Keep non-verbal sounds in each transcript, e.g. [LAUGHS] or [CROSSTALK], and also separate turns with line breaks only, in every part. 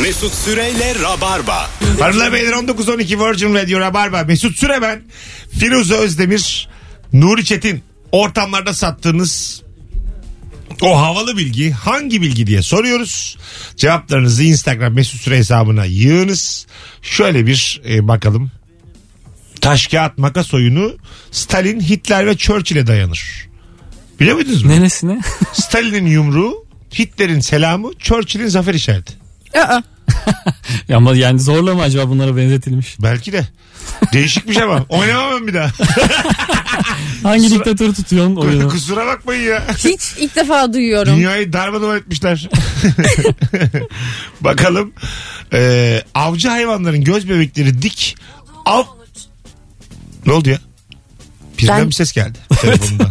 Mesut Süreyle Rabarba.
Hanımlar beyler 1912 Virgin Radio Rabarba. Mesut Süre ben. Firuze Özdemir. Nuri Çetin. Ortamlarda sattığınız o havalı bilgi hangi bilgi diye soruyoruz. Cevaplarınızı Instagram Mesut Süre hesabına yığınız. Şöyle bir e, bakalım. Taş kağıt makas oyunu Stalin, Hitler ve Churchill'e dayanır. Biliyor muydunuz mu?
Neresine?
Stalin'in yumruğu, Hitler'in selamı, Churchill'in zafer işareti.
Aa,
[LAUGHS] ya ama yani zorla mı acaba bunlara benzetilmiş?
Belki de. Değişikmiş ama. Oynamam ben bir daha.
Hangi diktatör tutuyorsun
[LAUGHS]
oyunu?
Kusura bakmayın ya.
hiç ilk defa duyuyorum.
Dünyayı darmadağın etmişler. Bakalım. Ee, avcı hayvanların göz bebekleri dik. Av... Ne oldu ya? Birden
Ben-
bir ses geldi telefonumdan.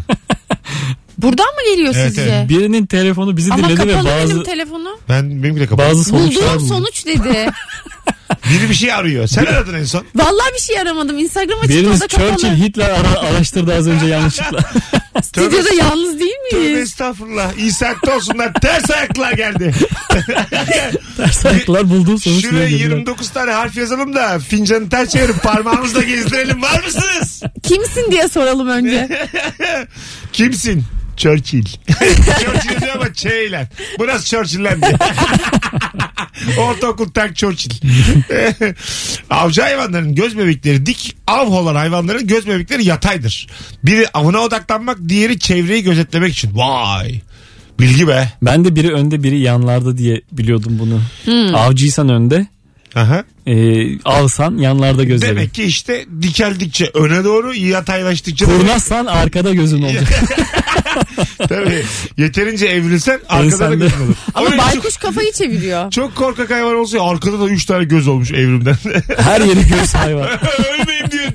Buradan mı geliyor
Evet,
sizce?
evet.
Birinin telefonu bizi
Ama
dinledi ve
kapalı
bazı
benim telefonu.
ben benimki de kapalı.
bazı sonuçlar
Bulduğum
buldu.
sonuç dedi.
Biri bir şey arıyor. Sen aradın en son.
Vallahi bir şey aramadım. Instagram açık o
Biriniz
da kapalı.
Churchill Hitler ara- araştırdı az önce yanlışlıkla.
Stüdyoda yalnız değil
Tövbe
miyiz?
estağfurullah. İsa hakta olsunlar. Ters ayaklar geldi.
Ters ayaklar bulduğum sonuç
Şuraya
ne dediler?
29 tane harf yazalım da fincanı ters çevirip parmağımızla gezdirelim. Var mısınız?
Kimsin diye soralım önce.
Kimsin? Churchill. [LAUGHS] Churchill diyor ama Ç ile. Bu nasıl [LAUGHS] Churchill'lendi? Ortaokul tak Churchill. [LAUGHS] Avcı hayvanların göz bebekleri dik, av olan hayvanların göz bebekleri yataydır. Biri avına odaklanmak, diğeri çevreyi gözetlemek için. Vay! Bilgi be.
Ben de biri önde biri yanlarda diye biliyordum bunu. Avcıysan önde,
Aha.
e, avsan yanlarda gözlerin.
Demek ki işte dikeldikçe öne doğru, yataylaştıkça...
Kurnazsan arkada gözün olacak.
Tabii. Yeterince evrilsen arkada da
sende.
gözün olur. O
Ama
yüzden çok-
baykuş kafayı çeviriyor.
Çok korkak hayvan olsa ya, arkada da 3 tane göz olmuş evrimden.
[LAUGHS]
[LAUGHS]
Her yeri göz hayvan.
Ölmeyeyim diyor.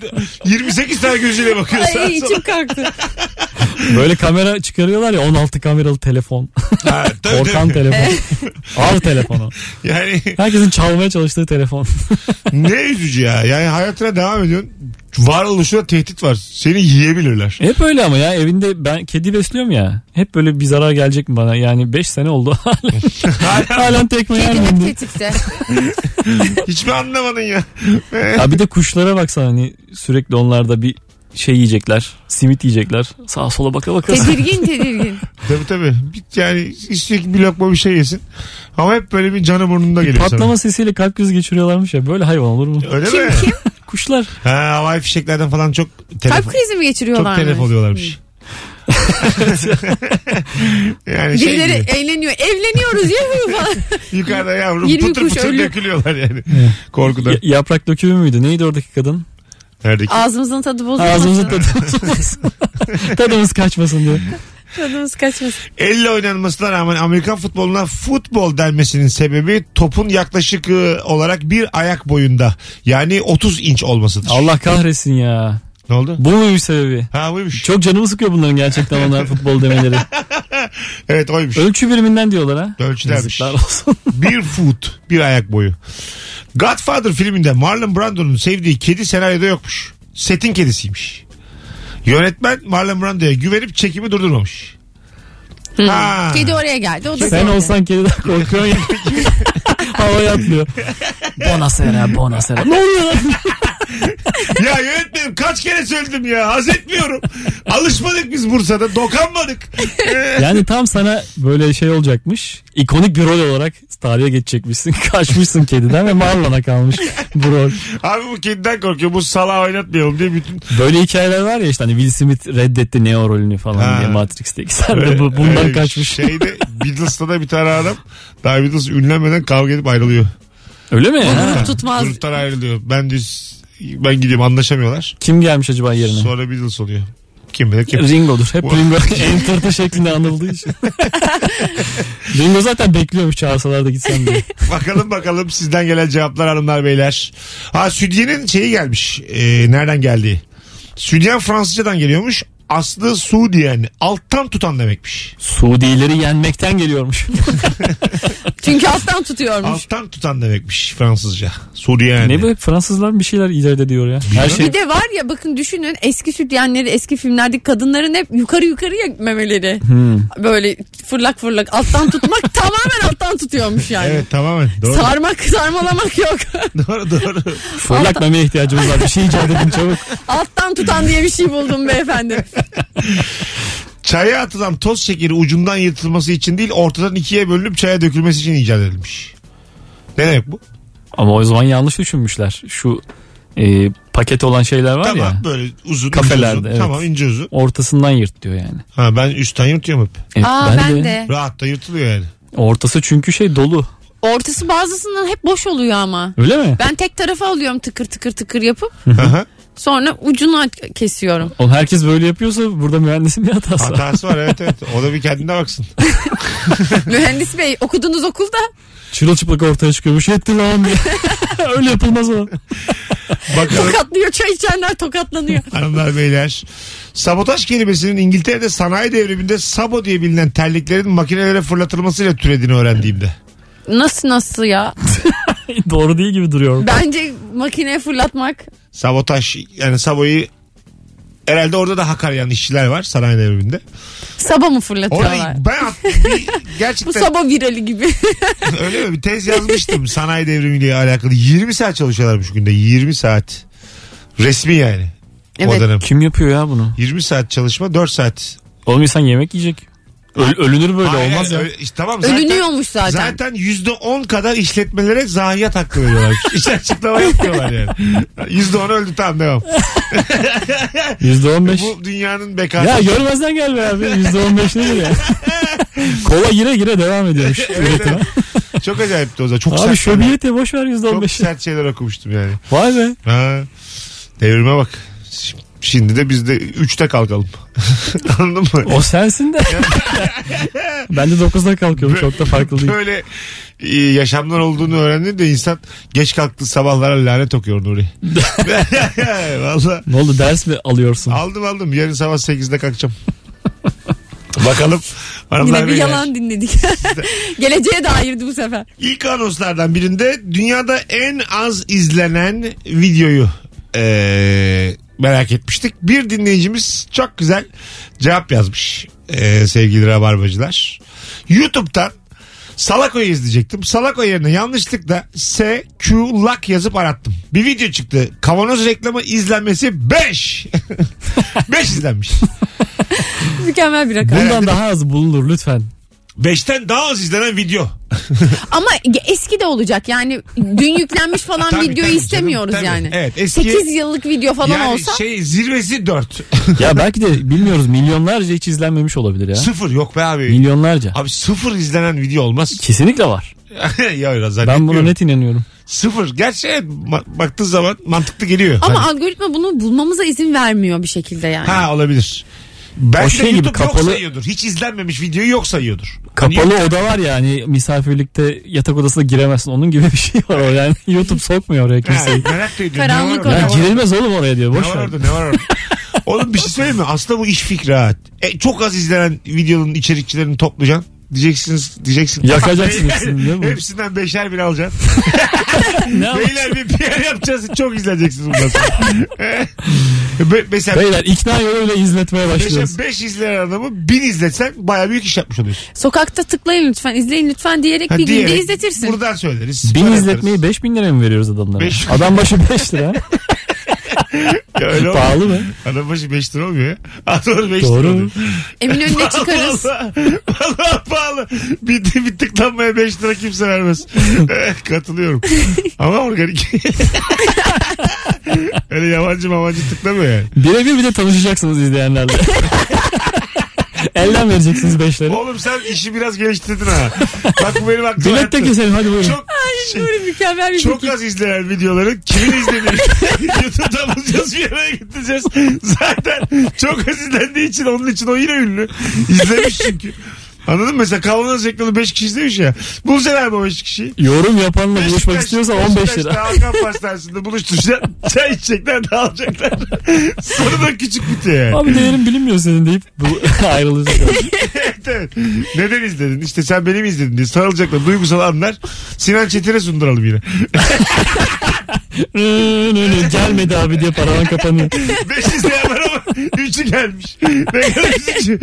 28 tane gözüyle bakıyor sağa
Ay
sola.
içim
[LAUGHS]
kalktı.
Böyle kamera çıkarıyorlar ya 16 kameralı telefon.
Ha, tabii,
Ortam
tabii.
telefon. Av telefonu.
Yani
Herkesin çalmaya çalıştığı telefon.
ne üzücü ya. Yani hayatına devam ediyorsun. Varoluşuna tehdit var. Seni yiyebilirler.
[LAUGHS] Hep öyle ama ya evinde ben kedi besliyorum ya. Hep böyle bir zarar gelecek mi bana? Yani 5 sene oldu [LAUGHS] halen. halen tekme
Kedim hep
yermedim.
tetikte.
Hiç mi anlamadın ya?
Ya bir de kuşlara baksana hani sürekli onlarda bir şey yiyecekler. Simit yiyecekler. Sağa sola baka baka. [LAUGHS]
[LAUGHS]
Tedirgin tedirgin.
tabii tabii. Bir- Yani istiyor bir lokma bir şey yesin. Ama hep böyle bir canı burnunda geliyor
Patlama sesiyle kalp krizi geçiriyorlarmış ya. Böyle hayvan olur mu?
sana. Öyle mi?
Kim kim?
Kuşlar.
Ha, havai fişeklerden falan çok telef,
Kalp krizi mi
çok
geçiriyorlar?
telef
[LAUGHS]
oluyorlarmış. yani şey
Birileri
gibi.
eğleniyor. Evleniyoruz [LAUGHS] yuhu falan.
Yukarıda yavrum
20
pıtır
kuş
pıtır
ölü.
dökülüyorlar yani. Korkudan.
Ya- yaprak dökümü müydü? Neydi oradaki kadın?
Neredeki?
Ağzımızın tadı bozulmasın.
Ağzımızın tadımız olmasın. [LAUGHS] tadımız kaçmasın diye.
Tadımız kaçmasın.
Elle oynanmasına rağmen Amerikan futboluna futbol denmesinin sebebi topun yaklaşık e, olarak bir ayak boyunda. Yani 30 inç olmasıdır.
Allah kahretsin ya.
Ne oldu?
Bu muymuş sebebi?
Ha buymuş.
Çok canımı sıkıyor bunların gerçekten onlar futbol demeleri.
Evet oymuş.
Ölçü biriminden diyorlar ha.
Ölçülermiş. [LAUGHS]
Yazıklar olsun.
bir foot. Bir ayak boyu. Godfather filminde Marlon Brando'nun sevdiği kedi senaryoda yokmuş. Setin kedisiymiş. Yönetmen Marlon Brando'ya güvenip çekimi durdurmamış. Ha.
Hmm. Kedi oraya geldi. O da
Sen
geldi.
olsan kediden
[LAUGHS]
korkuyorsun ya. Havaya atlıyor. Bonasera, bonasera. Ne oluyor lan?
Ya yönetmenim kaç kere söyledim ya. Haz
[LAUGHS]
etmiyorum. Alışmadık biz Bursa'da. Dokanmadık.
Yani tam sana böyle şey olacakmış. İkonik bir rol olarak tarihe geçecekmişsin. [LAUGHS] Kaçmışsın kediden ve Marlon'a kalmış bu rol.
Abi bu kediden korkuyor. Bu salağı oynatmayalım diye bütün...
Böyle hikayeler var ya işte hani Will Smith reddetti Neo rolünü falan
Ha.
diye Matrix'teki. Sen de bu, bundan
Öyle bir şey.
kaçmış.
e, Şeyde Beatles'ta da bir tane adam daha Beatles ünlenmeden kavga edip ayrılıyor.
Öyle mi? Ha.
Grup tutmaz.
Gruptan ayrılıyor. Ben düz ben gideyim anlaşamıyorlar.
Kim gelmiş acaba yerine?
Sonra Beatles oluyor. Kim bilir
[LAUGHS]
kim.
Ringo'dur. Hep
Bu-
Ringo entertı şeklinde anıldığı
[LAUGHS]
için. Ringo zaten bekliyormuş çağırsalar da gitsem diye.
bakalım bakalım sizden gelen cevaplar hanımlar beyler. Ha Südyen'in şeyi gelmiş. Ee, nereden geldiği. Südyen Fransızcadan geliyormuş. Aslı Sudiyen alttan tutan demekmiş.
Suudileri yenmekten geliyormuş.
Çünkü alttan tutuyormuş.
Alttan tutan demekmiş Fransızca. Suriye yani.
Ne bu Fransızlar bir şeyler ileride diyor ya. Her şey
Bir de var ya bakın düşünün eski sütyenleri eski filmlerdeki kadınların hep yukarı yukarıya memeleri. Böyle fırlak fırlak alttan tutmak tamamen alttan tutuyormuş yani.
Evet tamamen. Doğru.
Sarmak sarmalamak yok. [LAUGHS]
doğru doğru.
fırlak memeye ihtiyacımız var. Bir şey icat edin çabuk.
alttan tutan diye bir şey buldum beyefendi.
Çaya atılan toz şekeri ucundan yırtılması için değil ortadan ikiye bölünüp çaya dökülmesi için icat edilmiş. Ne demek bu?
Ama o zaman yanlış düşünmüşler. Şu e, paket olan şeyler var
tamam
ya.
böyle uzun ince
Kafelerde,
uzun.
evet.
Tamam ince uzun.
Ortasından yırt diyor yani.
Ha, ben üstten yırtıyorum hep.
Evet,
Aa ben de.
Rahat da yırtılıyor yani.
Ortası çünkü şey dolu.
Ortası bazısından hep boş oluyor ama.
Öyle mi?
Ben tek tarafa alıyorum tıkır tıkır tıkır yapıp
Aha.
sonra ucunu kesiyorum.
Oğlum herkes böyle yapıyorsa burada mühendisin bir hatası var.
Hatası var evet evet. O da bir kendine baksın.
Mühendis bey okudunuz okulda
Çırılçıplak ortaya çıkıyormuş. Etti lan
[LAUGHS]
diye. Öyle yapılmaz o.
Bakalım
tokatlıyor çay içenler tokatlanıyor.
hanımlar beyler. Sabotaj kelimesinin İngiltere'de sanayi devriminde sabo diye bilinen terliklerin makinelere fırlatılmasıyla türediğini öğrendiğimde.
Nasıl nasıl ya?
[LAUGHS] Doğru değil gibi duruyor.
Bence makineye fırlatmak
Sabotaj yani saboyu herhalde orada da hakaryan işçiler var sanayi devriminde.
Saba mı fırlatıyorlar?
Orada ben at- bir-
[LAUGHS] Bu
gerçekten
Saba virali gibi.
öyle mi? Bir tez yazmıştım [LAUGHS] sanayi devrimiyle alakalı. 20 saat çalışıyorlarmış günde. 20 saat. Resmi yani. O
Evet.
dönem.
Kim yapıyor ya bunu?
20 saat çalışma 4 saat.
Oğlum insan yemek yiyecek. Öl- ölünür böyle
Hayır,
olmaz ya.
öyle- işte tamam [LAUGHS] zaten-
Ölünüyormuş zaten.
Zaten yüzde on kadar işletmelere zayiat hakkı veriyorlar. [LAUGHS] Hiç açıklama yapmıyorlar yani. Yüzde on öldü tamam devam.
%15.
E, Bu dünyanın bekası.
Ya görmezden gel be abi. %15
[LAUGHS]
nedir ya? Kola gire gire devam ediyormuş üretime.
Çok acayipti o zaman. Çok
Abi
sert.
şöbiyeti boş ver
Çok
%15'i.
sert şeyler okumuştum yani.
Vay be.
Ha. Devrime bak. Şimdi de biz de üçte kalkalım. [LAUGHS] Anladın mı?
O sensin de. [LAUGHS] ben de 9'da kalkıyorum. Çok da farklı değil.
Böyle e, yaşamlar olduğunu öğrendim de insan geç kalktı sabahlara lanet okuyor
[LAUGHS]
Nuri. [LAUGHS] Valla.
Ne oldu ders mi alıyorsun?
Aldım aldım. Yarın sabah 8'de kalkacağım. Bakalım.
Yine
Hanımlar,
bir
beyler. [LAUGHS]
yalan dinledik. Geleceğe dairdi bu sefer.
İlk anonslardan birinde dünyada en az izlenen videoyu eee, merak etmiştik. Bir dinleyicimiz çok güzel cevap yazmış eee, sevgili rabarbacılar. YouTube'dan Salako'yu izleyecektim. Salako yerine yanlışlıkla S, Q, Lak yazıp arattım. Bir video çıktı. Kavanoz reklamı izlenmesi [LAUGHS] 5. 5 izlenmiş.
Mükemmel bir rakam.
Bundan daha az
[LAUGHS]
bulunur lütfen.
5'ten daha az izlenen video.
Ama eski de olacak yani
[LAUGHS]
dün yüklenmiş falan
Tabii,
videoyu
tabii
istemiyoruz
canım, tabii.
yani.
Evet, eski-
8 yıllık video falan
yani
olsa
şey zirvesi 4.
Ya belki de bilmiyoruz milyonlarca hiç izlenmemiş olabilir ya.
sıfır yok be abi.
Milyonlarca.
Abi sıfır izlenen video olmaz. [LAUGHS]
Kesinlikle var.
ya öyle
Ben
zannetmiyorum.
buna net inanıyorum.
Sıfır. Gerçi evet, ma- baktığı zaman mantıklı geliyor.
ama
Hani-
algoritma bunu bulmamıza izin vermiyor bir şekilde yani.
Ha olabilir. Ben
O
de
şey gibi
YouTube yok
kapalı-
sayıyordur. Hiç izlenmemiş videoyu yok sayıyordur. Hani
Kapalı oda var ya hani misafirlikte yatak odasına giremezsin. Onun gibi bir şey var o
[LAUGHS]
yani. YouTube sokmuyor oraya
Ha,
kimseyi.
merak da ediyorum.
Karanlık
ne var,
Ya
orada?
oda.
ne var,
girilmez oğlum oraya diyor.
ne
şey. Boş
var
ver.
orada ne var orada?
[LAUGHS]
Oğlum bir şey söyleyeyim mi? Aslında bu iş fikri ha. E, çok az izlenen videonun içerikçilerini toplayacaksın. Diyeceksiniz, diyeceksin.
Yakacaksın
[LAUGHS]
hepsini, değil mi?
Hepsinden beşer bir alacaksın.
Ne yap-
Beyler bir [LAUGHS] PR yapacağız. Çok izleneceksiniz bundan
[LAUGHS]
sonra. E, Be- mesela
Beyler ikna yoluyla izletmeye başlıyoruz.
5 izleyen adamı 1000 izletsen baya büyük iş yapmış oluyorsun.
Sokakta tıklayın lütfen izleyin lütfen diyerek
Ha,
bir günde
diyerek
izletirsin.
Buradan söyleriz.
Bin izletmeyi 5000 lira mı veriyoruz adamlara?
Beş-
Adam başı
[LAUGHS]
5 lira.
Pahalı.
Pahalı mı?
Adam başı 5 lira olmuyor ya. [LAUGHS] Adam 5 lira
Doğru.
oluyor. [LAUGHS]
Eminönü'ne çıkarız.
Valla valla pahalı. Bir, bir tıklanmaya 5 lira kimse vermez. [LAUGHS] Eh,
[LAUGHS]
Katılıyorum. Ama organik. [LAUGHS] Öyle yabancı mamancı tıklamıyor yani.
Birebir bir de
[LAUGHS]
tanışacaksınız izleyenlerle. Elden vereceksiniz beşleri.
Oğlum sen işi biraz geliştirdin ha. Bak bu benim aklıma
Bilet de
yattı.
keselim hadi buyurun.
Çok şey,
Böyle mükemmel bir
Çok
fikir.
az izlenen videoları kimin izlediğini [LAUGHS] YouTube'da bulacağız bir yere getireceğiz. Zaten çok az izlendiği için onun için o yine ünlü. İzlemiş çünkü. Anladın mı? Mesela kavanoz reklamı 5 kişi izlemiş ya. Bulsalar bu 5 kişiyi.
Yorum yapanla buluşmak
Beşiktaş-
istiyorsa 15
Beşiktaç'ta
lira.
Hakan Pastanesi'nde buluşturacak. Çay içecekler dağılacaklar. Sonra da küçük bitiyor yani.
Abi değerin bilinmiyor senin deyip
[LAUGHS]
bu ayrılacak.
Evet. Neden izledin? İşte sen beni mi izledin diye sarılacaklar. Duygusal anlar. Sinan Çetin'e sunduralım yine.
Nö, nö, nö, Gelmedi abi diye paravan kapanıyor.
Beş izleyen var ama üçü gelmiş. Ne kadar üzücü.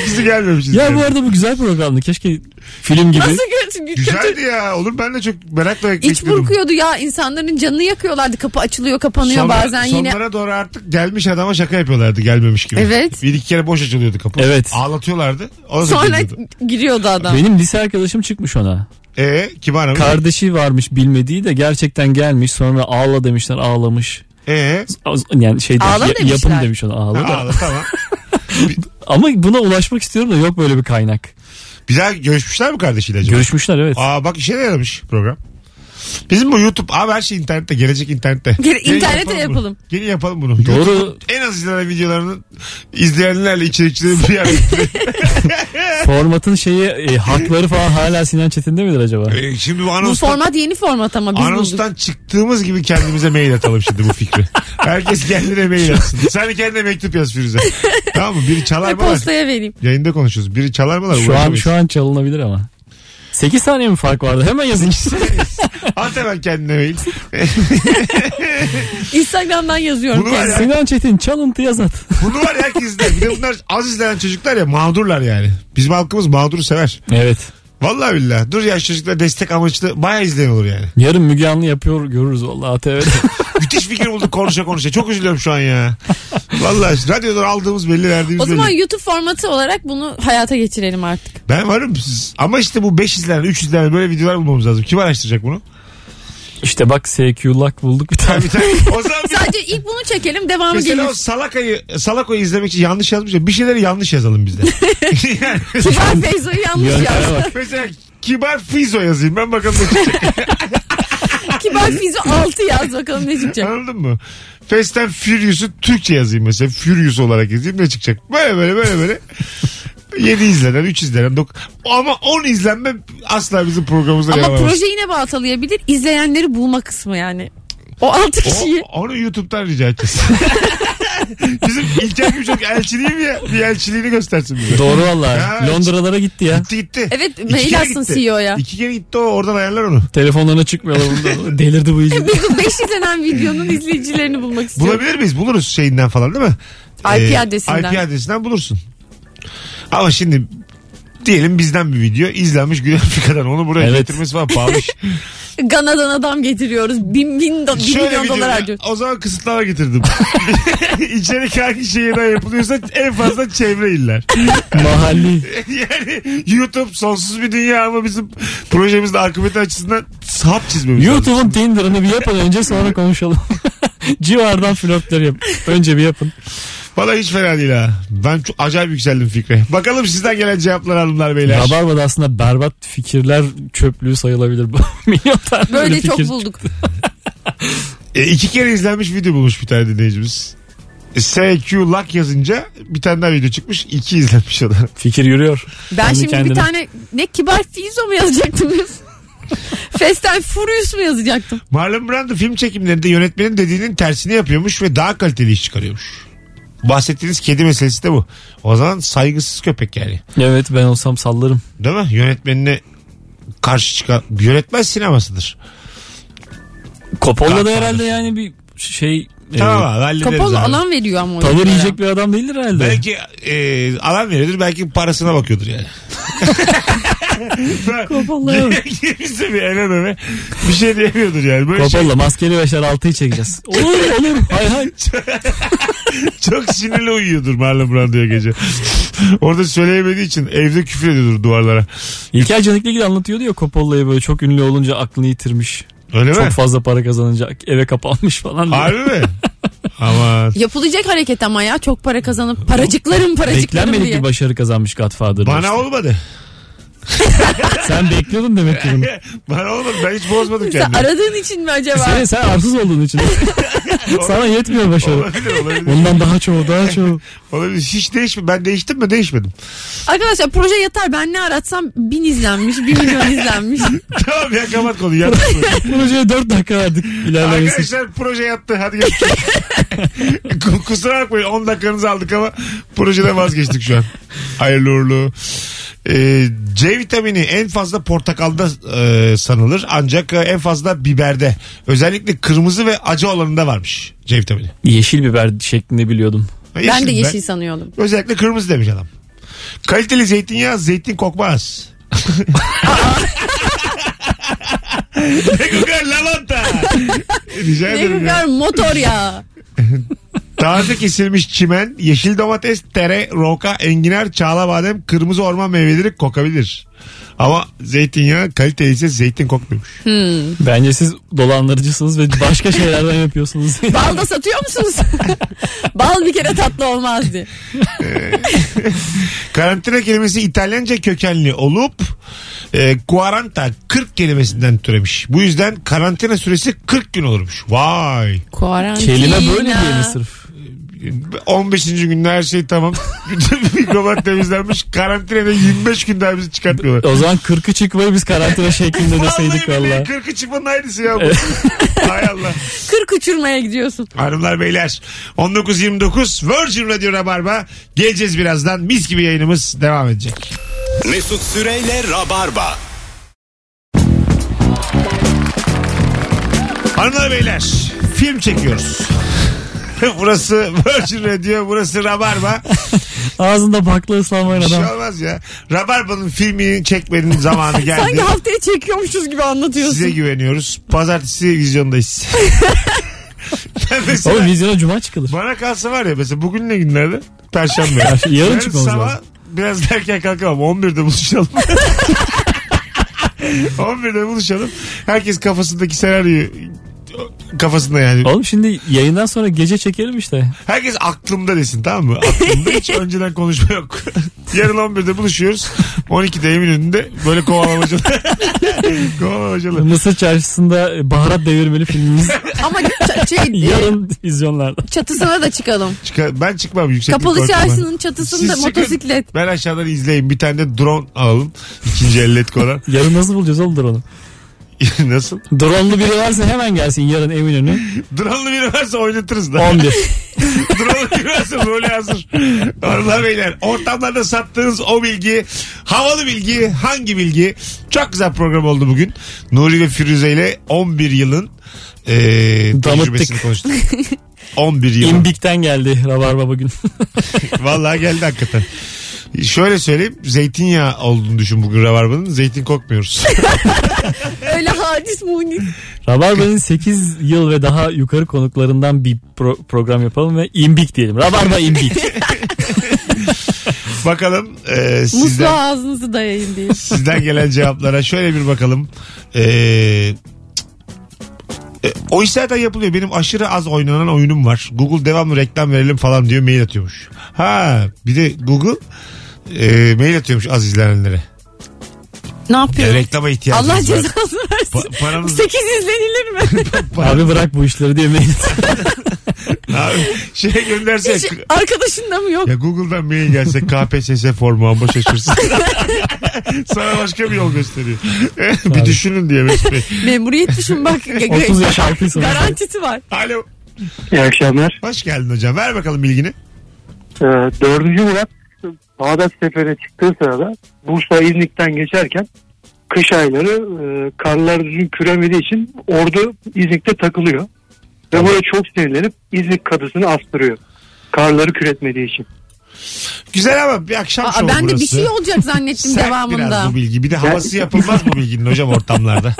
İkisi gelmemiş.
Ya
izleyen.
bu arada bu güzel programdı. Keşke film gibi.
Nasıl kötü?
Güzeldi
kötü?
ya. Olur ben de çok merakla bekledim.
İç burkuyordu ya insanların canını yakıyorlardı. Kapı açılıyor kapanıyor
Sonra-
bazen yine.
Sonlara doğru artık gelmiş adama şaka yapıyorlardı gelmemiş gibi.
Evet.
Bir iki kere boş açılıyordu kapı.
Evet.
Ağlatıyorlardı. O da
Sonra
geliyordu.
giriyordu adam.
Benim lise arkadaşım çıkmış ona.
Ee, kim aramış?
Kardeşi varmış bilmediği de gerçekten gelmiş sonra ağla demişler ağlamış.
Ee,
Az- Yani şeyde
Ağla
ya-
demişler.
yapım demiş ona ağla. da.
ağla tamam.
Ama buna ulaşmak istiyorum da yok böyle bir kaynak.
Bir daha görüşmüşler mi kardeşiyle acaba?
Görüşmüşler evet.
Aa bak işe de yaramış program. Bizim bu YouTube abi her şey internette gelecek internette.
Gel- internete
bunu.
yapalım.
Gelin yapalım bunu.
Doğru.
YouTube'un en az izlenen videolarını izleyenlerle içerikçileri bir yer.
[LAUGHS] Formatın şeyi e, hakları falan hala Sinan Çetin'de midir acaba?
Ee, şimdi bu
Bu
anonstan,
format yeni format ama biz bulduk.
anonstan çıktığımız gibi kendimize mail atalım şimdi bu
[LAUGHS]
fikri. Herkes kendine mail atsın. Sen de kendine mektup yaz Firuze. tamam mı? Biri çalar
Ve
mı var?
postaya vereyim.
Yayında konuşuyoruz. Biri çalar mı var?
Şu an şu an çalınabilir ama. 8 saniye mi fark vardı? Hemen yazın. [LAUGHS]
At hemen kendine mail.
Instagram'dan yazıyorum
Bunu var
kendisi.
ya.
Sinan Çetin çalıntı yaz at.
Bunu var herkes de. Bir de bunlar az izlenen çocuklar ya mağdurlar yani. Bizim halkımız mağduru sever.
Evet.
Vallahi billahi. Dur ya çocuklar destek amaçlı bayağı izleyen olur yani. [LAUGHS]
Yarın Müge Anlı yapıyor görürüz vallahi ATV'de.
Müthiş fikir bulduk konuşa konuşa. Çok üzülüyorum şu an ya. Vallahi radyodan aldığımız belli verdiğimiz
O zaman
belli.
YouTube formatı olarak bunu hayata geçirelim artık.
Ben varım. Siz- Ama işte bu 5 izlenen 3 izlenen böyle videolar bulmamız lazım. Kim araştıracak bunu?
işte bak SQ Lak bulduk bir tane.
Bir tane, o zaman bir-
Sadece ilk bunu çekelim devamı
Mesela o
gelir.
Salaka'yı Salako'yu izlemek için yanlış yazmış ya. Bir şeyleri yanlış yazalım
[LAUGHS]
biz de. [LAUGHS] yani,
Kibar Feyzo'yu yanlış
Yönteme
yazdı.
bak.
mesela Kibar Fizo yazayım. Ben bakalım ne çıkacak.
Kibar Feyzo 6 yaz bakalım ne çıkacak.
Anladın mı? Fast and Furious'u Türkçe yazayım mesela. Furious olarak yazayım ne çıkacak? Böyle böyle böyle böyle. [LAUGHS] 7 izlenen, 3 izlenen, 9. Ama 10 izlenme asla bizim programımıza
Ama
yaramaz.
proje yine baltalayabilir. İzleyenleri bulma kısmı yani. O 6 kişiyi.
O- onu YouTube'dan rica edeceğiz. [LAUGHS] Bizim İlker Gümüşok elçiliği mi ya? Bir elçiliğini göstersin bize.
[LAUGHS] Doğru valla.
Ha.
Londralara gitti ya.
Gitti gitti.
Evet, E
İki
mail
kere
atsın
gitti.
CEO'ya.
İki kere gitti o oradan ayarlar onu.
Telefonlarına çıkmıyorlar bunda. Delirdi
[LAUGHS]
bu iyice.
Biz bu 5 izlenen videonun izleyicilerini bulmak istiyorum.
Bulabilir miyiz? Buluruz şeyinden falan değil mi?
IP
Ee,
adresinden.
IP adresinden bulursun. Ama şimdi diyelim bizden bir video izlenmiş Güney Afrika'dan onu buraya
Evet.
getirmesi falan
[LAUGHS]
pahalı. iş.
Gana'dan adam getiriyoruz. Bin, bin, do- bin
Şöyle
milyon
bir
dolar
diyorum,
harcıyoruz.
O zaman kısıtlama getirdim. [LAUGHS] İçerik hangi şehirden yapılıyorsa en fazla çevre iller. [LAUGHS]
Mahalli.
yani YouTube sonsuz bir dünya ama bizim projemizin akıbeti açısından sap çizmemiz lazım.
YouTube'un Tinder'ını bir yapın önce sonra konuşalım. [LAUGHS] Civardan flörtler yap. Önce bir yapın.
Valla hiç fena değil ha. Ben çok acayip yükseldim fikre. Bakalım sizden gelen cevaplar hanımlar beyler.
Rabarba'da aslında berbat fikirler çöplüğü sayılabilir bu. [LAUGHS] Milyon tane
Böyle
fikir.
çok bulduk.
E, iki kere izlenmiş video bulmuş bir tane dinleyicimiz. E, SQ Luck yazınca bir tane daha video çıkmış. iki izlenmiş o da.
Fikir yürüyor.
Ben
Kendi
şimdi
kendine.
bir tane ne kibar Feyzo
[LAUGHS]
mu yazacaktınız? Fast and Furious mu yazacaktım?
[LAUGHS] Marlon Brando film çekimlerinde yönetmenin dediğinin tersini yapıyormuş ve daha kaliteli iş çıkarıyormuş. Bahsettiğiniz kedi meselesi de bu. O zaman saygısız köpek yani.
Evet ben olsam sallarım.
Değil mi? Yönetmenine karşı çıkan yönetmen sinemasıdır.
Coppola da
Godfather.
herhalde yani bir şey e,
tamam abi hallederiz
Kapalı
abi.
alan veriyor ama.
tavır
oyunculara.
yiyecek bir adam değildir herhalde.
Belki e, alan veriyordur belki parasına bakıyordur yani.
[LAUGHS]
[LAUGHS]
Kapalı.
Kimse bir eve meme bir şey diyemiyordur yani. Böyle şey-
Coppola maskeli beşer altıyı çekeceğiz. [LAUGHS] olur olur. Hay hay.
Çok sinirli uyuyordur Marlon Brando'ya gece. Orada söyleyemediği için evde küfür ediyordur duvarlara.
İlker Canik'le ilgili anlatıyordu ya Coppola'yı böyle çok ünlü olunca aklını yitirmiş.
Öyle mi?
Çok fazla para kazanınca eve kapanmış falan.
[LAUGHS]
diye.
Harbi mi? Aman.
Yapılacak hareket ama ya çok para kazanıp paracıklarım paracıklarım
Beklenmedik
diye.
bir başarı kazanmış Godfather'da.
Bana
işte.
olmadı. [LAUGHS]
Sen bekliyordun demek ki bunu.
Bana olmadı. Ben hiç bozmadım
Sen
kendimi.
aradığın için mi
[LAUGHS]
acaba?
Sen, sen arsız olduğun için. Sana yetmiyor başarı.
Olabilir olabilir.
Ondan daha çoğu daha çoğu.
olabilir. Hiç değişmedi. Ben değiştim mi? Değişmedim. [LAUGHS]
Arkadaşlar proje yatar ben ne aratsam bin izlenmiş, bir
[LAUGHS]
milyon izlenmiş.
tamam ya kapat konuyu. Yanlış konuyu.
Projeye 4 dakika verdik ilerlemesi. için.
Arkadaşlar proje yattı. Hadi görüşürüz. Kusura bakmayın 10 dakikanızı aldık ama projeden vazgeçtik şu an. Hayırlı uğurlu. Ee, C vitamini en fazla portakalda e, sanılır ancak e, en fazla biberde. Özellikle kırmızı ve acı olanında varmış C vitamini.
Yeşil biber şeklinde biliyordum.
ben de yeşil sanıyordum.
Özellikle kırmızı demiş adam. Kaliteli zeytinyağı zeytin kokmaz. ne kokar lavanta. Rica
Ne
ederim ya.
kadar motor ya.
Taze kesilmiş çimen, yeşil domates, tere, roka, enginar, çağla badem, kırmızı orman meyveleri kokabilir. Ama zeytinyağı kaliteli ise zeytin kokmuyormuş.
Bence siz dolandırıcısınız ve başka şeylerden yapıyorsunuz.
Bal da satıyor
[LAUGHS]
musunuz? Bal bir kere tatlı olmaz diye.
Karantina kelimesi İtalyanca kökenli olup e, quaranta 40 kelimesinden türemiş. Bu yüzden karantina süresi 40 gün olurmuş. Vay.
Kuarantina.
Kelime böyle diye mi sırf?
15. günde her şey tamam. [LAUGHS] Bütün mikrobat temizlenmiş. Karantinada 25 gün daha bizi çıkartmıyorlar.
O zaman 40'ı çıkmayı biz karantina şeklinde deseydik
Vallahi billahi
valla.
40'ı çıkmanın aynısı ya. bu. Hay Allah.
Kırk uçurmaya gidiyorsun.
Hanımlar beyler 19.29 Virgin Radio Rabarba geleceğiz birazdan mis gibi yayınımız devam edecek.
Mesut Süreyle Rabarba.
Hanımlar beyler film çekiyoruz. [LAUGHS] burası Virgin Radio burası Rabarba.
Ağzında bakla ıslanmayan
Bir şey
adam.
olmaz ya. Rabarba'nın filmini çekmenin
[LAUGHS]
zamanı
Sanki
geldi.
haftaya çekiyormuşuz gibi
[LAUGHS]
anlatıyorsun.
Size güveniyoruz. Pazartesi vizyondayız. [LAUGHS] Ben mesela-
Oğlum vizyona cuma çıkılır.
Bana kalsa var ya mesela bugün ne günlerde? Perşembe.
Yarın çıkmamız
sabah
lazım.
biraz erken kalkamam. 11'de buluşalım. [LAUGHS] 11'de buluşalım. Herkes kafasındaki senaryoyu kafasında yani.
Oğlum şimdi yayından sonra gece çekelim işte.
Herkes aklımda desin tamam mı? Aklımda
[LAUGHS]
hiç önceden konuşma yok. Yarın 11'de buluşuyoruz. 12'de emin önünde böyle
[LAUGHS]
kovalamacalı. kovalamacalı.
Mısır çarşısında baharat devirmeli filmimiz.
Ama
[LAUGHS]
ç- şey, e,
Yarın vizyonlarda.
çatısına da çıkalım.
Çıkar, ben çıkmam yükseklik
Kapalı
korkum var.
çarşının çatısında
Siz çıkın.
motosiklet.
Ben aşağıdan izleyeyim. Bir tane de drone alalım. İkinci el led kolan.
Yarın nasıl bulacağız oğlum drone'u?
[LAUGHS] Nasıl?
Drone'lu biri varsa hemen gelsin yarın Eminönü.
Drone'lu biri varsa oynatırız da.
11.
Drone'lu biri varsa böyle hazır. Orada beyler ortamlarda sattığınız o bilgi havalı bilgi hangi bilgi? Çok güzel program oldu bugün. Nuri ve Firuze ile 11 yılın e, tecrübesini konuştuk. 11 yıl.
İmbik'ten geldi Rabarba bugün.
Vallahi geldi hakikaten. Şöyle söyleyeyim zeytinyağı olduğunu düşün bugün rabarbanın. Zeytin kokmuyoruz.
Öyle hadis munis.
Rabarba'nın 8 yıl ve daha yukarı konuklarından bir pro- program yapalım ve İmbik diyelim. Rabarba İmbik.
Bakalım e,
Musluğa
sizden,
ağzınızı dayayın diye.
sizden gelen cevaplara şöyle bir bakalım. Eee E, o iş zaten yapılıyor. Benim aşırı az oynanan oyunum var. Google devamlı reklam verelim falan diyor mail atıyormuş. Ha bir de Google e, mail atıyormuş az izlenenlere.
Ne
E,
yapıyor?
reklama ihtiyacımız
Allah
var.
cezasını versin.
Pa- paramız-
8
[LAUGHS]
izlenilir mi?
Abi bırak bu işleri diye mail.
Abi, şey göndersek.
Hiç arkadaşında mı yok?
Ya Google'dan mail gelse KPSS formu ama
[LAUGHS]
şaşırsın. Sana başka bir yol gösteriyor. bir düşünün diye Mesut Bey.
Memuriyet
[LAUGHS]
düşün bak.
30 yaş altıysa.
Garantisi var.
Alo.
İyi akşamlar.
Hoş geldin hocam. Ver bakalım bilgini.
Ee, dördüncü Murat Bağdat Seferi'ne çıktığı sırada Bursa İznik'ten geçerken kış ayları e, karlar düzgün küremediği için ordu İznik'te takılıyor. Ve böyle çok sinirlenip İznik kadısını astırıyor. Karları küretmediği için.
Güzel ama bir akşam
Aa,
şovu
ben de
burası.
bir şey olacak zannettim
[LAUGHS] Sert
devamında.
biraz bu bilgi. Bir de havası yapılmaz bu bilginin hocam ortamlarda.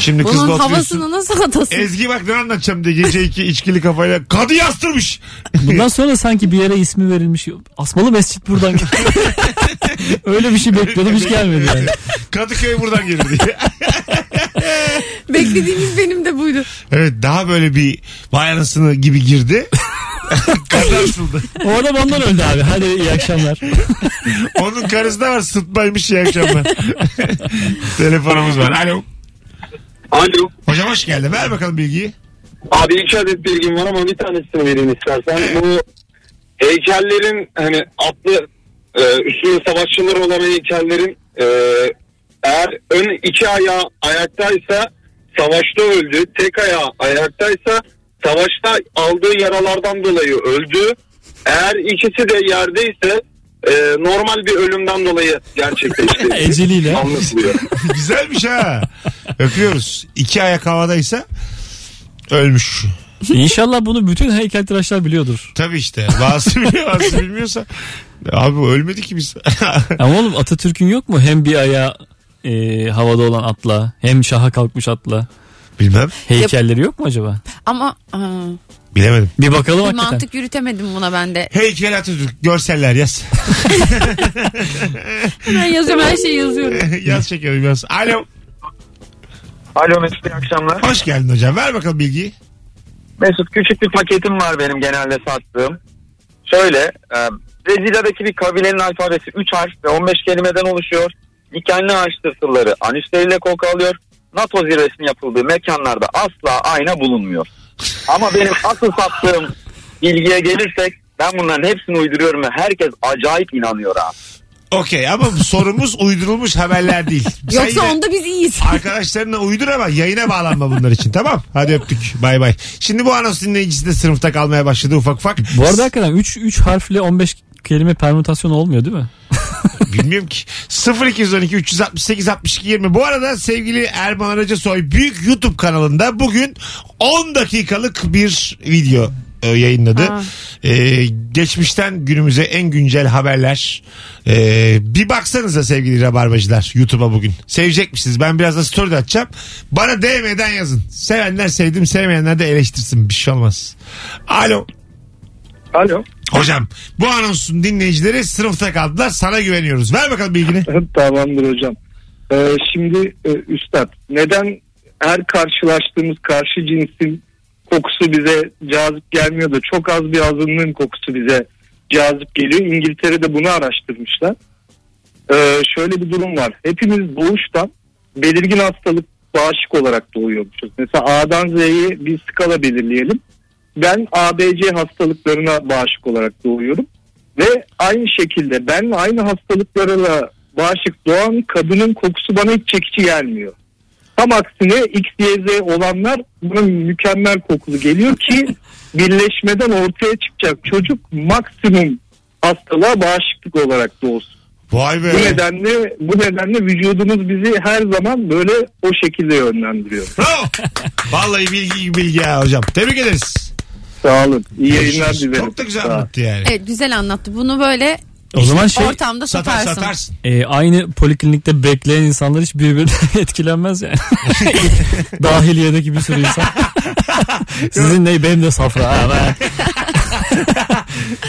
Şimdi kızla
Bunun
oturuyorsun.
havasını nasıl atasın?
Ezgi bak ne anlatacağım diye gece iki içkili kafayla kadı
[LAUGHS]
yastırmış.
Bundan sonra sanki bir yere ismi verilmiş. Asmalı Mescit buradan. [LAUGHS] Öyle bir şey bekliyordum hiç gelmedi yani.
[LAUGHS] Kadıköy buradan gelir diye.
Beklediğimiz benim de buydu.
Evet daha böyle bir vay anasını gibi girdi. [LAUGHS] Kadı asıldı.
Orada ondan öldü abi. Hadi iyi akşamlar. [LAUGHS]
Onun karısı da var sıtmaymış iyi akşamlar. [LAUGHS] Telefonumuz var. Alo.
Alo.
Hocam hoş geldin. Ver bakalım bilgiyi.
Abi iki adet bilgim var ama bir tanesini vereyim istersen. Bu heykellerin hani atlı e, üstünde savaşçılar olan heykellerin e, eğer ön iki ayağı ayaktaysa savaşta öldü. Tek ayağı ayaktaysa savaşta aldığı yaralardan dolayı öldü. Eğer ikisi de yerdeyse e, normal bir ölümden dolayı gerçekleşti.
Eceliyle.
Anlatılıyor.
Güzelmiş ha. Öpüyoruz. İki ayak havadaysa ölmüş.
İnşallah bunu bütün heykeltıraşlar biliyordur.
Tabii işte. Bazı [LAUGHS] biliyor bazı bilmiyorsa. Abi ölmedi ki biz. [LAUGHS]
Ama oğlum Atatürk'ün yok mu hem bir ayağı e, havada olan atla hem şaha kalkmış atla
Bilmem.
heykelleri yok mu acaba?
Ama aa,
Bilemedim.
Bir bakalım
bir
hakikaten.
mantık yürütemedim buna ben de.
Heykel Atatürk görseller yaz. [LAUGHS]
Ben yazıyorum her şeyi yazıyorum.
yaz şekerim yaz. Alo.
Alo Mesut iyi akşamlar.
Hoş geldin hocam. Ver bakalım bilgiyi.
Mesut küçük bir paketim var benim genelde sattığım. Şöyle e, Brezilya'daki bir kabilenin alfabesi 3 harf ve 15 kelimeden oluşuyor. Dikenli ağaç tırtılları anüsleriyle koku alıyor. NATO zirvesinin yapıldığı mekanlarda asla ayna bulunmuyor. Ama benim asıl sattığım bilgiye gelirsek ben bunların hepsini uyduruyorum ve herkes acayip inanıyor abi.
Okey ama bu sorumuz [LAUGHS] uydurulmuş haberler değil. Sen
Yoksa
yine
onda biz iyiyiz.
Arkadaşlarına uydur ama yayına bağlanma bunlar için tamam. Hadi öptük bay bay. Şimdi bu anons dinleyicisi de sınıfta kalmaya başladı ufak ufak.
Bu arada hakikaten 3, 3 harfle 15 kelime permütasyon olmuyor değil mi?
Bilmiyorum ki. 0212 368 62 20. Bu arada sevgili Erman Aracı Soy büyük YouTube kanalında bugün 10 dakikalık bir video e, yayınladı. E, geçmişten günümüze en güncel haberler. E, bir baksanıza sevgili Rabarbacılar YouTube'a bugün. Sevecekmişsiniz. Ben biraz da story de atacağım. Bana DM'den yazın. Sevenler sevdim sevmeyenler de eleştirsin. Bir şey olmaz. Alo.
Alo.
Hocam bu anonsun dinleyicileri sınıfta kaldılar. Sana güveniyoruz. Ver bakalım bilgini.
[LAUGHS] Tamamdır hocam. Ee, şimdi e, üstad neden her karşılaştığımız karşı cinsin kokusu bize cazip gelmiyor da çok az bir azınlığın kokusu bize cazip geliyor. İngiltere'de bunu araştırmışlar. Ee, şöyle bir durum var. Hepimiz doğuştan belirgin hastalık bağışık olarak doğuyormuşuz. Mesela A'dan Z'yi bir skala belirleyelim. Ben ABC hastalıklarına bağışık olarak doğuyorum. Ve aynı şekilde ben aynı hastalıklarla bağışık doğan kadının kokusu bana hiç çekici gelmiyor. Tam aksine X, Y, Z olanlar buna mükemmel kokulu geliyor ki
[LAUGHS]
birleşmeden ortaya çıkacak çocuk maksimum hastalığa bağışıklık olarak doğsun.
Vay be.
Bu nedenle bu nedenle vücudumuz bizi her zaman böyle o şekilde yönlendiriyor.
Bravo. [LAUGHS] Vallahi bilgi bilgi ya hocam. Tebrik ederiz.
Sağ olun. İyi yayınlar
Görüşürüz.
dilerim.
Çok da güzel
Sağ olun.
anlattı yani.
Evet güzel anlattı. Bunu böyle
O zaman şey
ortamda
Satar
satarsın.
satarsın.
e, aynı poliklinikte bekleyen insanlar hiç birbirinden [LAUGHS]
[LAUGHS]
etkilenmez yani. Dahiliyedeki bir sürü insan. Sizin ne benim de safra. Ha, ben-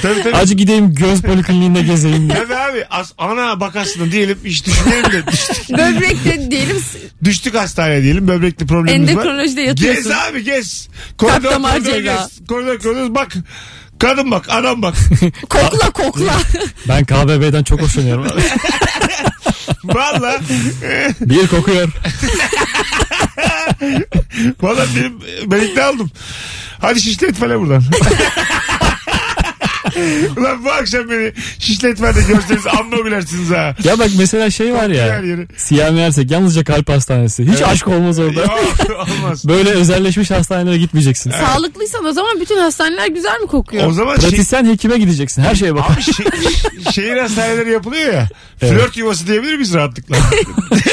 Tabii
[LAUGHS]
tabii.
Acı gideyim göz polikliniğinde gezeyim. diye.
Tabii abi as, ana bak aslında diyelim hiç düşünelim
[LAUGHS]
de düştük,
Böbrekte diyelim
düştük hastaneye diyelim böbrekli problemimiz var.
endokrinolojide
Gez
yatıyorsun.
abi gez. Koridor
Kalk damar
koridor
cerrahı.
gez. Koridor koridor bak. Kadın bak adam
[LAUGHS]
bak.
Kokla kokla.
Ben KBB'den
[LAUGHS]
çok hoşlanıyorum.
Valla. e,
Bir kokuyor.
Valla benim ben ikna oldum. Hadi şişlet falan buradan. Ulan bu akşam beni şişletmede görseniz amma bilersiniz ha.
Ya bak mesela şey var ya.
Her yeri.
Siyah mersek yalnızca kalp hastanesi. Hiç aşk olmaz orada.
Yok olmaz.
Böyle özelleşmiş hastanelere gitmeyeceksin.
[LAUGHS] Sağlıklıysan o zaman bütün hastaneler güzel mi kokuyor?
O zaman şey,
Pratisyen hekime gideceksin. Her şeye bak.
Abi şey- şe- şehir hastaneleri yapılıyor ya.
Evet.
Flört yuvası diyebilir miyiz rahatlıkla?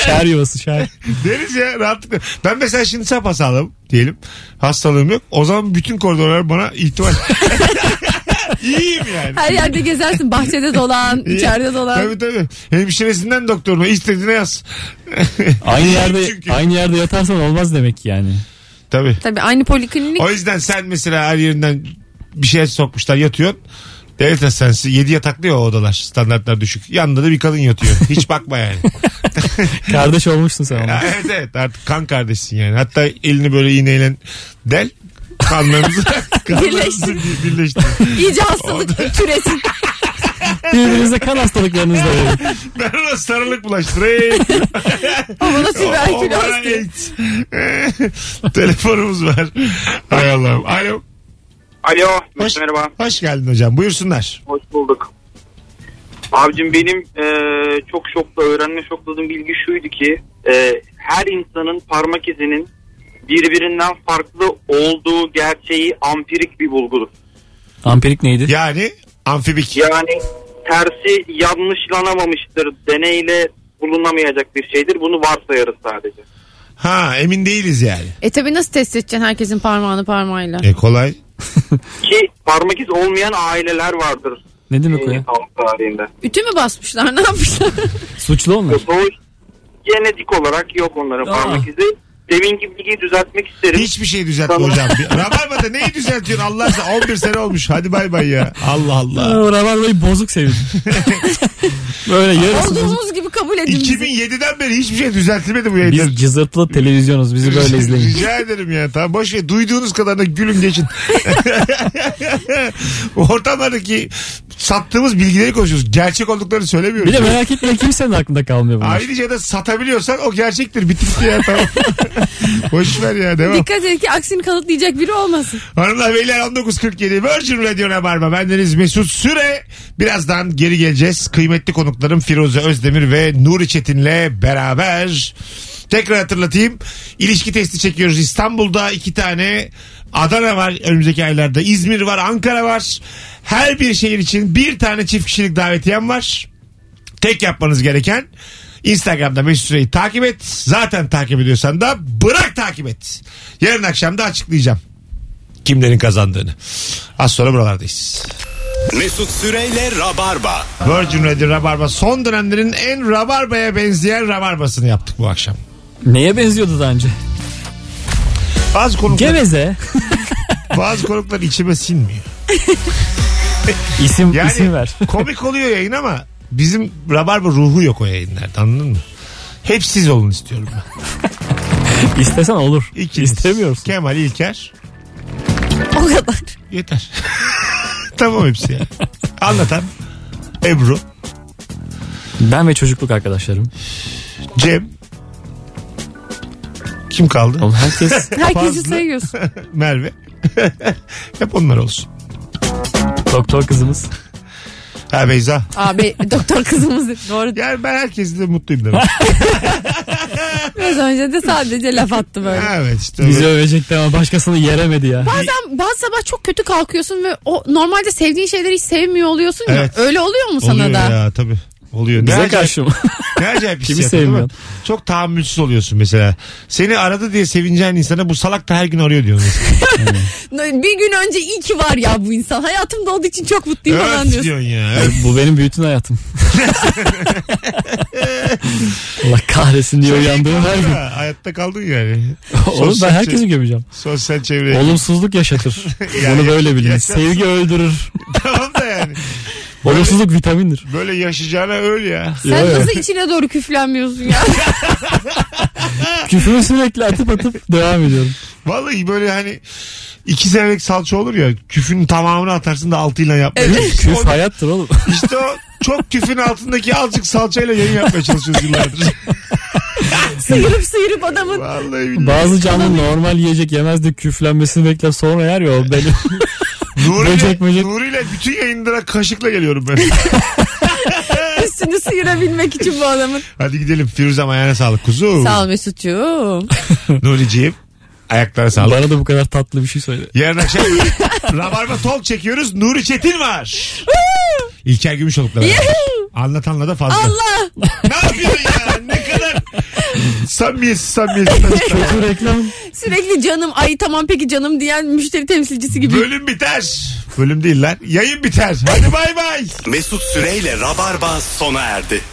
Şer
[LAUGHS]
yuvası
Şey
şer.
Deriz ya rahatlıkla. Ben mesela şimdi sap hastalığım diyelim. Hastalığım yok. O zaman bütün koridorlar bana ihtimal. [LAUGHS] İyiyim yani.
Her yerde gezersin. Bahçede dolan,
[LAUGHS]
içeride dolan.
Tabii tabii. Hemşiresinden doktoruna istediğine yaz.
[LAUGHS] Aynı
İyiyim
yerde
çünkü.
aynı yerde yatarsan olmaz demek yani.
Tabii.
Tabii aynı poliklinik.
O yüzden sen mesela her yerinden bir şey sokmuşlar yatıyorsun. Devlet hastanesi 7 yataklı ya o odalar standartlar düşük. Yanında da bir kadın
[LAUGHS]
yatıyor. Hiç bakma yani.
Kardeş olmuşsun sen ona.
Ya evet evet artık kan kardeşsin yani. Hatta elini böyle iğneyle del. Kanlarımızı, kanlarımızı
[LAUGHS] Birleştir.
[LAUGHS] birleştir. [LAUGHS]
İyice hastalık türesin.
Birbirinize kan hastalıklarınızla verin.
Ben ona sarılık
[LAUGHS]
bulaştırayım.
Ama da
Oral
tüberküloz diye.
AIDS. [LAUGHS] Telefonumuz var. Hay Allah'ım. Alo.
Alo.
Hoş,
Merhaba.
hoş geldin hocam. Buyursunlar.
Hoş bulduk. Abicim benim e, çok şokla öğrenme şokladığım bilgi şuydu ki e, her insanın parmak izinin birbirinden farklı olduğu gerçeği ampirik bir bulgudur.
Amperik neydi?
Yani amfibik.
Yani tersi yanlışlanamamıştır. Deneyle bulunamayacak bir şeydir. Bunu varsayarız sadece.
Ha emin değiliz yani.
E tabi nasıl test edeceksin herkesin parmağını parmağıyla?
E kolay.
Ki parmak iz olmayan aileler vardır.
Ne demek o
e,
ya?
halk tarihinde.
Ütü mü basmışlar ne yapmışlar?
Suçlu onlar.
Doğu genetik olarak yok onların
Aa.
parmak izi. Deminki bilgiyi düzeltmek isterim.
Hiçbir şey düzeltme hocam. Bir- Rabarba'da neyi düzeltiyorsun Allah aşkına 11 sene olmuş. Hadi bay bay ya. Allah Allah.
Rabarbayı bozuk sevdim. [LAUGHS] Böyle yarısı bozuk.
Olduğumuz gibi kabul edin bizi.
2007'den beri hiçbir şey düzeltilmedi bu yayınlar.
Biz cızırtılı televizyonuz. Bizi böyle izleyin.
Rica ederim ya. Tamam boş ver. Duyduğunuz kadarına gülün geçin. [LAUGHS] Ortamlardaki sattığımız bilgileri konuşuyoruz. Gerçek olduklarını söylemiyoruz.
Bir de merak etme kimsenin aklında kalmıyor bunlar.
Ayrıca da satabiliyorsan o gerçektir. Bitti gitti ya tamam. [LAUGHS] Boş ver ya devam.
Dikkat edin ki aksini kanıtlayacak biri olmasın.
Hanımlar beyler 19.47 Virgin Radio Rabarba. Bendeniz Mesut Süre. Birazdan geri geleceğiz. Kıymetli konuklarım Firuze Özdemir ve Nuri Çetin'le beraber. Tekrar hatırlatayım. İlişki testi çekiyoruz. İstanbul'da iki tane Adana var önümüzdeki aylarda. İzmir var, Ankara var. Her bir şehir için bir tane çift kişilik davetiyem var. Tek yapmanız gereken Instagram'da Mesut Süre'yi takip et. Zaten takip ediyorsan da bırak takip et. Yarın akşam da açıklayacağım kimlerin kazandığını. Az sonra buralardayız.
Mesut Süreyle Rabarba.
Virgin Radio Rabarba son dönemlerin en Rabarba'ya benzeyen Rabarba'sını yaptık bu akşam.
Neye benziyordu daha önce?
Bazı konuklar,
Geveze.
bazı konuklar içime sinmiyor.
İsim, isim
Yani
ver.
[LAUGHS] komik oluyor yayın ama bizim Rabarba ruhu yok o yayınlarda anladın mı? Hep siz olun istiyorum ben.
İstesen olur.
İkiniz.
İstemiyorsun.
Kemal İlker
O kadar.
yeter. [LAUGHS] tamam hepsi yani. Anlatan Ebru,
Ben ve çocukluk arkadaşlarım.
Cem. Kim kaldı?
Oğlum herkes
Herkesi
Fazla.
sayıyorsun.
Merve. [LAUGHS] Hep onlar olsun.
doktor kızımız.
Ha Beyza.
Abi doktor kızımız doğru.
Yani ben herkesle de mutluyum
[LAUGHS]
demek.
Biraz önce de sadece laf attı böyle.
evet işte.
Bizi
öyle.
övecekti ama başkasını yeremedi ya.
Bazen bazı sabah çok kötü kalkıyorsun ve o normalde sevdiğin şeyleri hiç sevmiyor oluyorsun ya.
Evet.
Öyle oluyor mu sana
Oluyor
da?
ya tabii. Oluyor.
Bize
acayip-
karşı mı?
Ne acayip bir
[LAUGHS] Kimi
hissiyat, değil mi?
sevmiyorsun?
Çok tahammülsüz oluyorsun mesela. Seni aradı diye sevineceğin insana bu salak da her gün arıyor diyorsun.
[LAUGHS]
mesela.
Bir gün önce iyi ki var ya bu insan. Hayatımda olduğu için çok mutluyum falan
evet
diyorsun.
diyorsun ya.
[LAUGHS]
Evet.
Bu benim bütün
[LAUGHS]
hayatım. Allah kahretsin diye uyandığım her gün.
Ha, Hayatta kaldın yani.
Oğlum ben herkesi gömeceğim.
Sosyal çevre.
Olumsuzluk yaşatır.
Ya,
Bunu böyle bilin.
yaşatır.
Sevgi öldürür.
[LAUGHS] tamam da yani.
Olumsuzluk vitamindir.
Böyle yaşayacağına öl ya.
Sen
Ya, ya.
nasıl içine doğru
[LAUGHS]
küflenmiyorsun ya?
Küfürü sürekli atıp atıp
[LAUGHS]
devam ediyorum.
Vallahi böyle hani iki senelik salça olur ya küfün tamamını atarsın da altıyla yapmaya. çalışırsın.
Küf
O-
hayattır oğlum.
İşte o çok küfün altındaki azıcık salçayla yayın yapmaya çalışıyoruz yıllardır.
sıyırıp sıyırıp adamın
Vallahi billahi.
Bazı canlı normal yiyecek yemez de küflenmesini bekler sonra yer ya o benim.
Nuri'yle,
böcek böcek.
Nuri'yle bütün yayınlara kaşıkla geliyorum
[LAUGHS]
ben.
üstünü sıyırabilmek için bu adamın.
Hadi gidelim Firuzem ayağına sağlık kuzu.
Sağ ol Mesut'cuğum.
Nuri'ciğim ayaklara sağlık.
Bana da bu kadar tatlı bir şey söyle.
Yarın akşam [LAUGHS] Rabarba Talk çekiyoruz. Nuri Çetin var. İlker Gümüşoluk'la beraber. Anlatanla da fazla.
Allah!
Ne yapıyorsun ya? Ne kadar samimiyetsiz samimiyetsiz.
Kötü reklam.
Sürekli canım ay tamam peki canım diyen müşteri temsilcisi gibi.
Bölüm biter. Bölüm değil lan. Yayın biter. Hadi bay bay.
Mesut Süreyle Rabarba sona erdi.